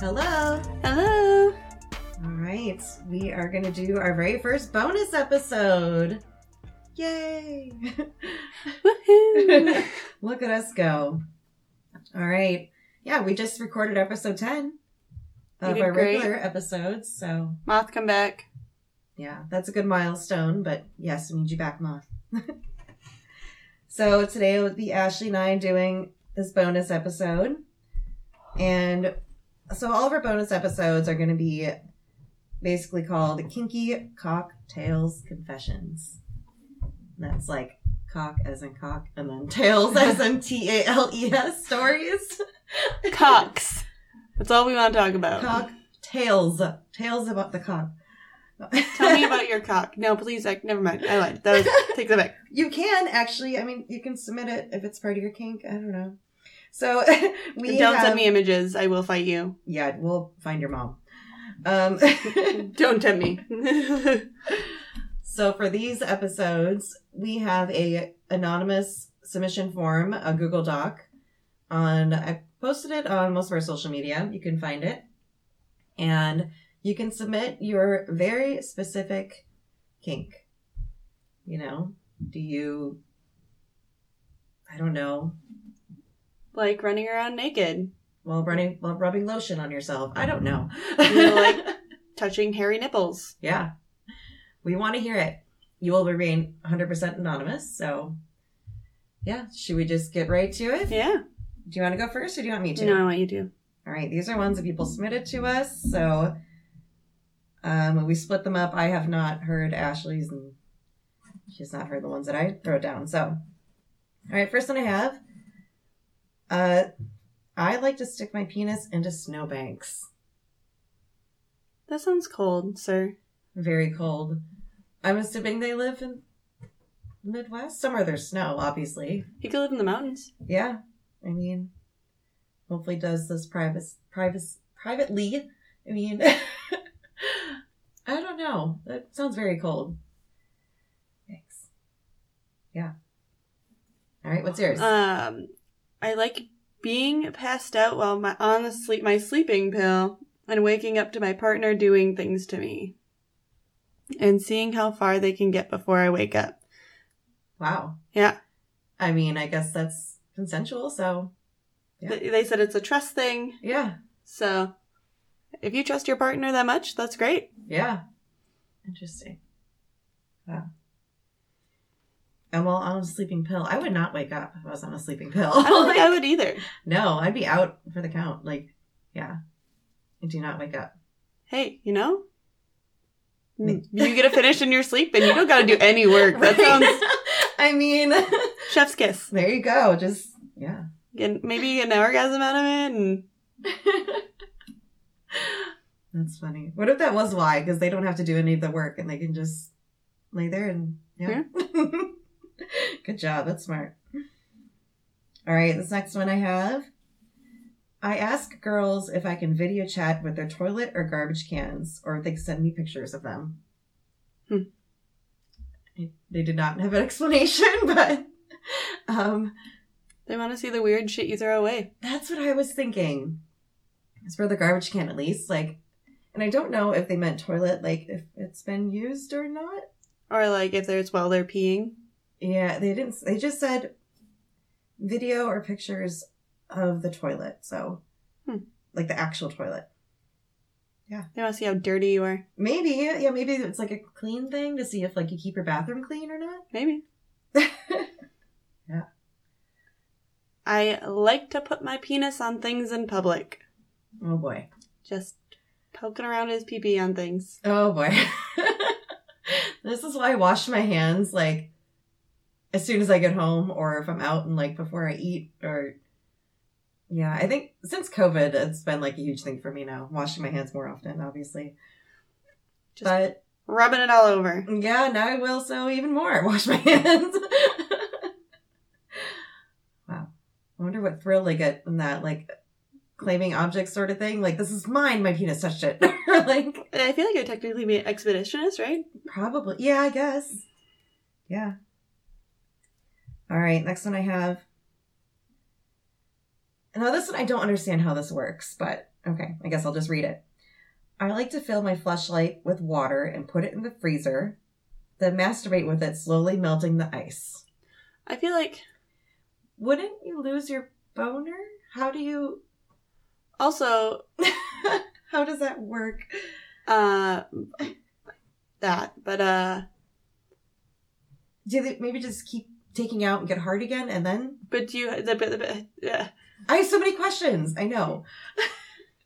Hello. Hello. All right. We are going to do our very first bonus episode. Yay. Woohoo. Look at us go. All right. Yeah, we just recorded episode 10 You of did our great. regular episodes. So, Moth, come back. yeah, that's a good milestone. But yes, we need you back, Moth. so, today will be Ashley and I doing this bonus episode. And so, all of our bonus episodes are going to be basically called Kinky Cocktails Confessions. And That's like cock as in cock and then tails as in T A L E S stories. Cocks. That's all we want to talk about. Cock tails. Tails about the cock. Tell me about your cock. No, please, I, never mind. I lied. That was, take that back. You can actually, I mean, you can submit it if it's part of your kink. I don't know. So we Don't have, send me images. I will fight you. Yeah, we'll find your mom. Um, Don't tempt me. so for these episodes, we have a anonymous submission form, a Google Doc, on I posted it on most of our social media. You can find it, and you can submit your very specific kink. You know, do you? I don't know. like running around naked, while running while rubbing lotion on yourself. I don't know. You like- touching hairy nipples. yeah. We want to hear it. You will remain 100% anonymous. So, yeah, should we just get right to it? Yeah. Do you want to go first or do you want me to? No, I want you to. All right, these are ones that people submitted to us. So, um, we split them up. I have not heard Ashley's, and she's not heard the ones that I wrote down. So, all right, first one I have. Uh, I like to stick my penis into snowbanks. That sounds cold, sir. very cold. I'm assuming they live in the Midwest. Somewhere there's snow, obviously. You could live in the mountains. Yeah. I mean, hopefully does this private, private, privately. I mean, I don't know. That sounds very cold. Thanks. Yeah. All right. What's yours? Um, I like being passed out while my on the sleep my sleeping pill and waking up to my partner doing things to me, and seeing how far they can get before I wake up. wow. yeah. I mean, I guess that's consensual. So Yeah. Th- They said it's a trust thing, yeah. so if you trust your partner that much, that's great. Yeah. Interesting. Wow. And well, on a sleeping pill, I would not wake up if I was on a sleeping pill. I don't think I Like, would either. no, I'd be out for the count. Like, yeah. I do not wake up. Hey, you know. Me. You get to finish in your sleep and you don't gotta do any work. That sounds I mean, chef's kiss. there you go. Just, yeah. Get, maybe an orgasm out of it and That's funny. What if that was why? Because they don't have to do any of the work and they can just lay there and yeah. Good job. That's smart. All right. This next one I have. I ask girls if I can video chat with their toilet or garbage cans, or if they send me pictures of them. Hmm. They did not have an explanation, but um, They want to see the weird shit you throw away. That's what I was thinking. It's for the garbage can, at least. Like, and I don't know if they meant toilet, like if it's been used or not. Or like if there's while they're peeing. Yeah, they didn't. They just said video or pictures of the toilet. So, Hmm. like the actual toilet. They want to see how dirty you are. Maybe, yeah, maybe it's like a clean thing to see if like you keep your bathroom clean or not. Maybe. Yeah. I like to put my penis on things in public. Oh boy. Just poking around his pee pee on things. Oh boy. this is why I wash my hands like as soon as I get home or if I'm out and like before I eat or yeah, I think since COVID it's been like a huge thing for me now, washing my hands more often, obviously. Just- but Rubbing it all over. yeah, now I will so even more wash my hands. wow. I wonder what thrill they get from that, like claiming objects sort of thing. Like, this is mine, my penis touched it. Or, like, And I feel like you're technically be an expeditionist, right? probably. Yeah, I guess. Yeah. All right, next one I have. Now, this one I don't understand how this works, but okay, I guess I'll just read it. I like to fill my flashlight with water and put it in the freezer, then masturbate with it, slowly melting the ice. I feel like Wouldn't you lose your boner? How do you also How does that work? uh that, but uh Do they maybe just keep taking out and get hard again and then? but do you the, the, the, yeah. I have so many questions. I know.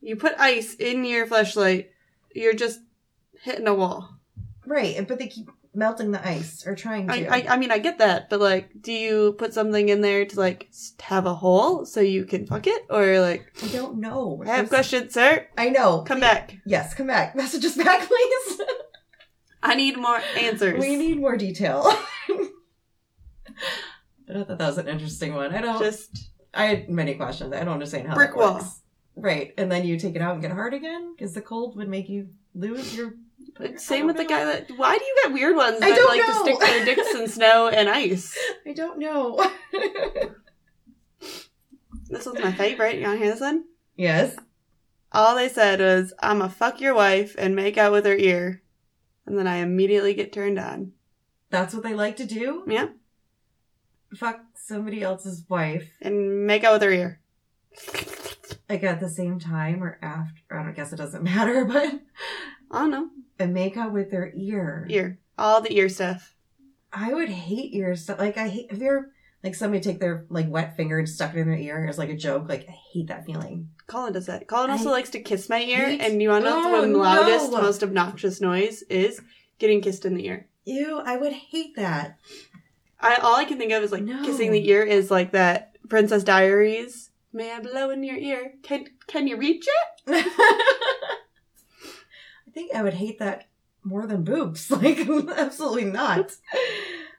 you put ice in your flashlight, you're just hitting a wall. Right, and- but they keep melting the ice or trying to. I, I, I mean, I get that, but like, do you put something in there to like s- have a hole so you can fuck it, or like, I don't know. I have There's- questions, sir. I know. Come back. Yes, come back. Message us back, please. I need more answers. we need more detail. I thought that was an interesting one. I don't. just I had many questions. I don't understand how Brick that wall. works. Right, and then you take it out and get hard again because the cold would make you lose your. same with the guy that. Why do you get weird ones I that don't like know. to stick their dicks in snow and ice? I don't know. This was my favorite. You want to hear this one? yes. All they said was, "I'ma fuck your wife and make out with her ear," and then I immediately get turned on. That's what they like to do? Yeah. Fuck somebody else's wife, and make out with her ear. like at the same time or after. I don't guess it doesn't matter, but. I don't know. And make out with their ear. Ear. All the ear stuff. I would hate ear stuff. Like, I hate. If you're. Like, somebody take their, like, wet finger and stuck it in their ear as, like, a joke. Like, I hate that feeling. Colin does that. Colin also I likes to kiss my ear, hate- and you want to know Oh, the loudest, no. most obnoxious noise is getting kissed in the ear. Ew, I would hate that. I all I can think of is like No. kissing the ear is like that Princess Diaries. May I blow in your ear? Can can you reach it? I think I would hate that more than boobs. Like, absolutely not.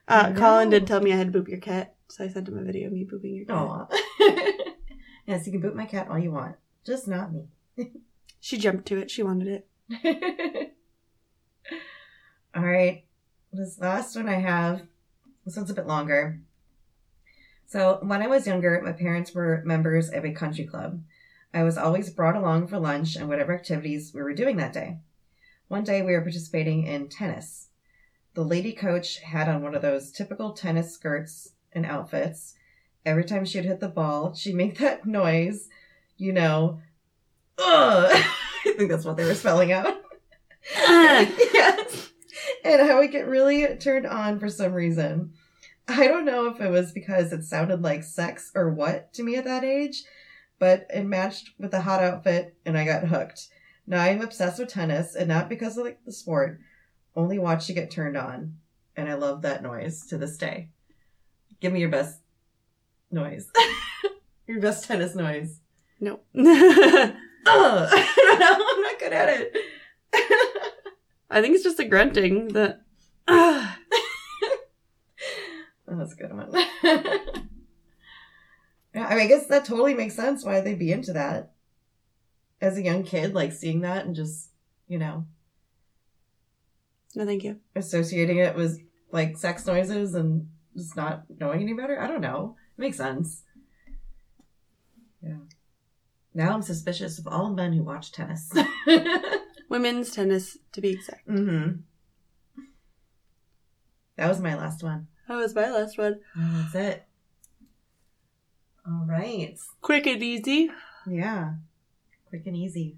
Uh, No. Colin did tell me I had to boop your cat, so I sent him a video of me booping your cat. Aw. yes, you can boot my cat all you want, just not me. She jumped to it. She wanted it. all right, this last one I have. This one's a bit longer. So, when I was younger, my parents were members of a country club. I was always brought along for lunch and whatever activities we were doing that day. One day we were participating in tennis. The lady coach had on one of those typical tennis skirts and outfits. Every time she'd hit the ball, she'd make that noise, you know, ugh. I think that's what they were spelling out. yes. And I would get really turned on for some reason. I don't know if it was because it sounded like sex or what to me at that age, but it matched with the hot outfit and I got hooked. Now I'm obsessed with tennis and not because of like the sport, only watch to get turned on. And I love that noise to this day. Give me your best noise. your best tennis noise. no. Ugh. I don't know. I'm not good at it. I think it's just the grunting that. Oh, That's a good one. yeah, I mean, I guess that totally makes sense why they'd be into that. As a young kid, like seeing that and just, you know, no, thank you. associating it with like sex noises and just not knowing any better. I don't know. It makes sense. Yeah. Now I'm suspicious of all men who watch tennis. mm-hmm. Women's tennis, to be exact. Mm. Mm-hmm. That was my last one. That was my last one. And That's it. All right. Quick and easy. Yeah. Quick and easy.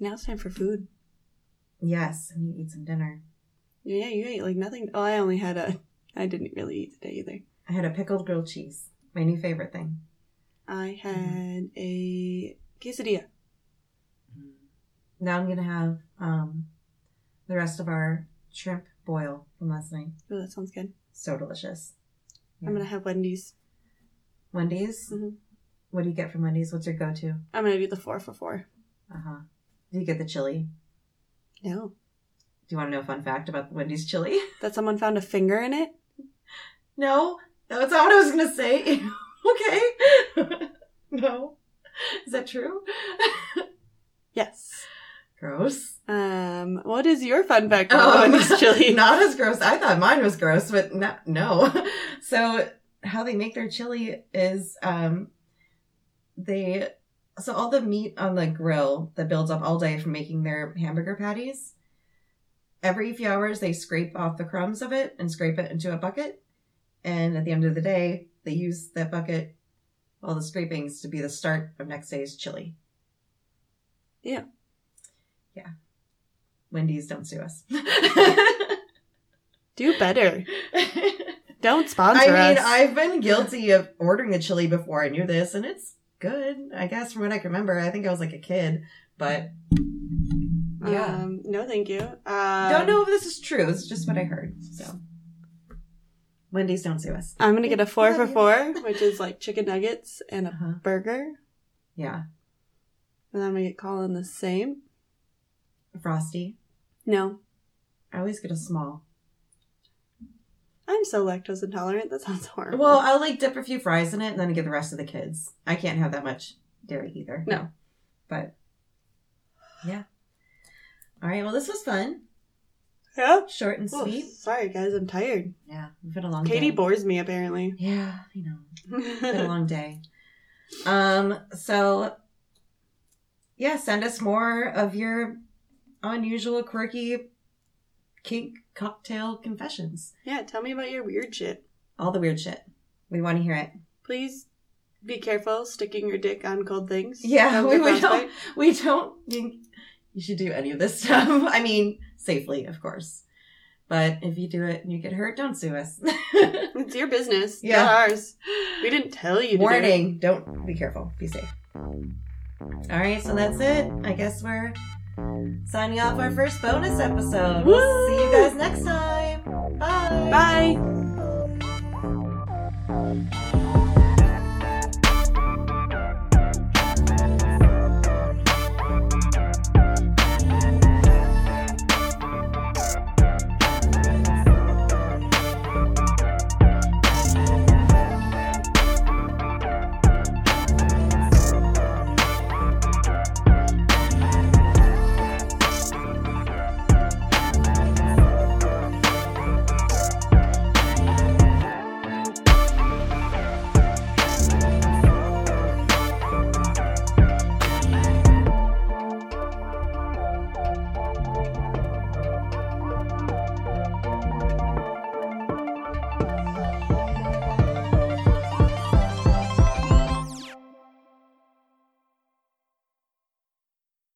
Now it's time for food. Yes, I need to eat some dinner. Yeah, you ate like nothing. Oh, I only had a. I didn't really eat today either. I had a pickled grilled cheese, my new favorite thing. I Mm-hmm. had a quesadilla. Now I'm gonna have um, the rest of our shrimp boil from last night. Oh, that sounds good. So delicious. I'm Yeah. gonna have Wendy's. Wendy's. Mhm. What do you get from Wendy's? What's your go-to? I'm gonna do the four for four. Uh huh. Do you get the chili? No, Do you want to know a fun fact about Wendy's chili? that someone found a finger in it. No, that's not what I was gonna say. okay. no. Is that true? Yes. Gross. Um, what is your fun fact about Um, Wendy's chili? Not as gross. I thought mine was gross, but no. no. So how they make their chili is um they so all the meat on the grill that builds up all day from making their hamburger patties. Every few hours they scrape off the crumbs of it and scrape it into a bucket. And at the end of the day, they use that bucket all the scrapings to be the start of next day's chili. Yeah. Yeah. Wendy's don't sue us. Do better. I Don't sponsor mean, us. I've been guilty of ordering the chili before I knew this, and it's good, I guess, from what I can remember. I think I was like a kid, but yeah. Um, no, thank you. Um, don't know if this is true. It's just what I heard. So, Wendy's don't sue us. I'm gonna get a four for Yeah. four, which is like chicken nuggets and a Uh-huh. burger, Yeah, and then I'm gonna get Colin the same. frosty. No, I always get a small. I'm so lactose intolerant. That sounds horrible. Well, I'll like dip a few fries in it and then give the rest of the kids. I can't have that much dairy either. No. But yeah. All right. Well, this was fun. yeah. Short and Oh, sweet. sorry guys, I'm tired. Yeah, we've had a long Katie day. bores me apparently. Yeah, I know. It's been a long day. Um, so yeah, send us more of your unusual, quirky kink cocktail confessions. yeah, tell me about your weird shit. All the weird shit. We want to hear it. Please be careful sticking your dick on cold things. Yeah, Have we- good we don't- frostbite. We don't think you should do any of this stuff. I mean, safely, of course. But if you do it and you get hurt, don't sue us. It's your business, Yeah. not ours. We didn't tell you. To do it. Warning, don't be careful. Be safe. All right, so that's it. I guess we're signing off our first bonus episode. We'll Woo! see you guys next time. Bye. Bye.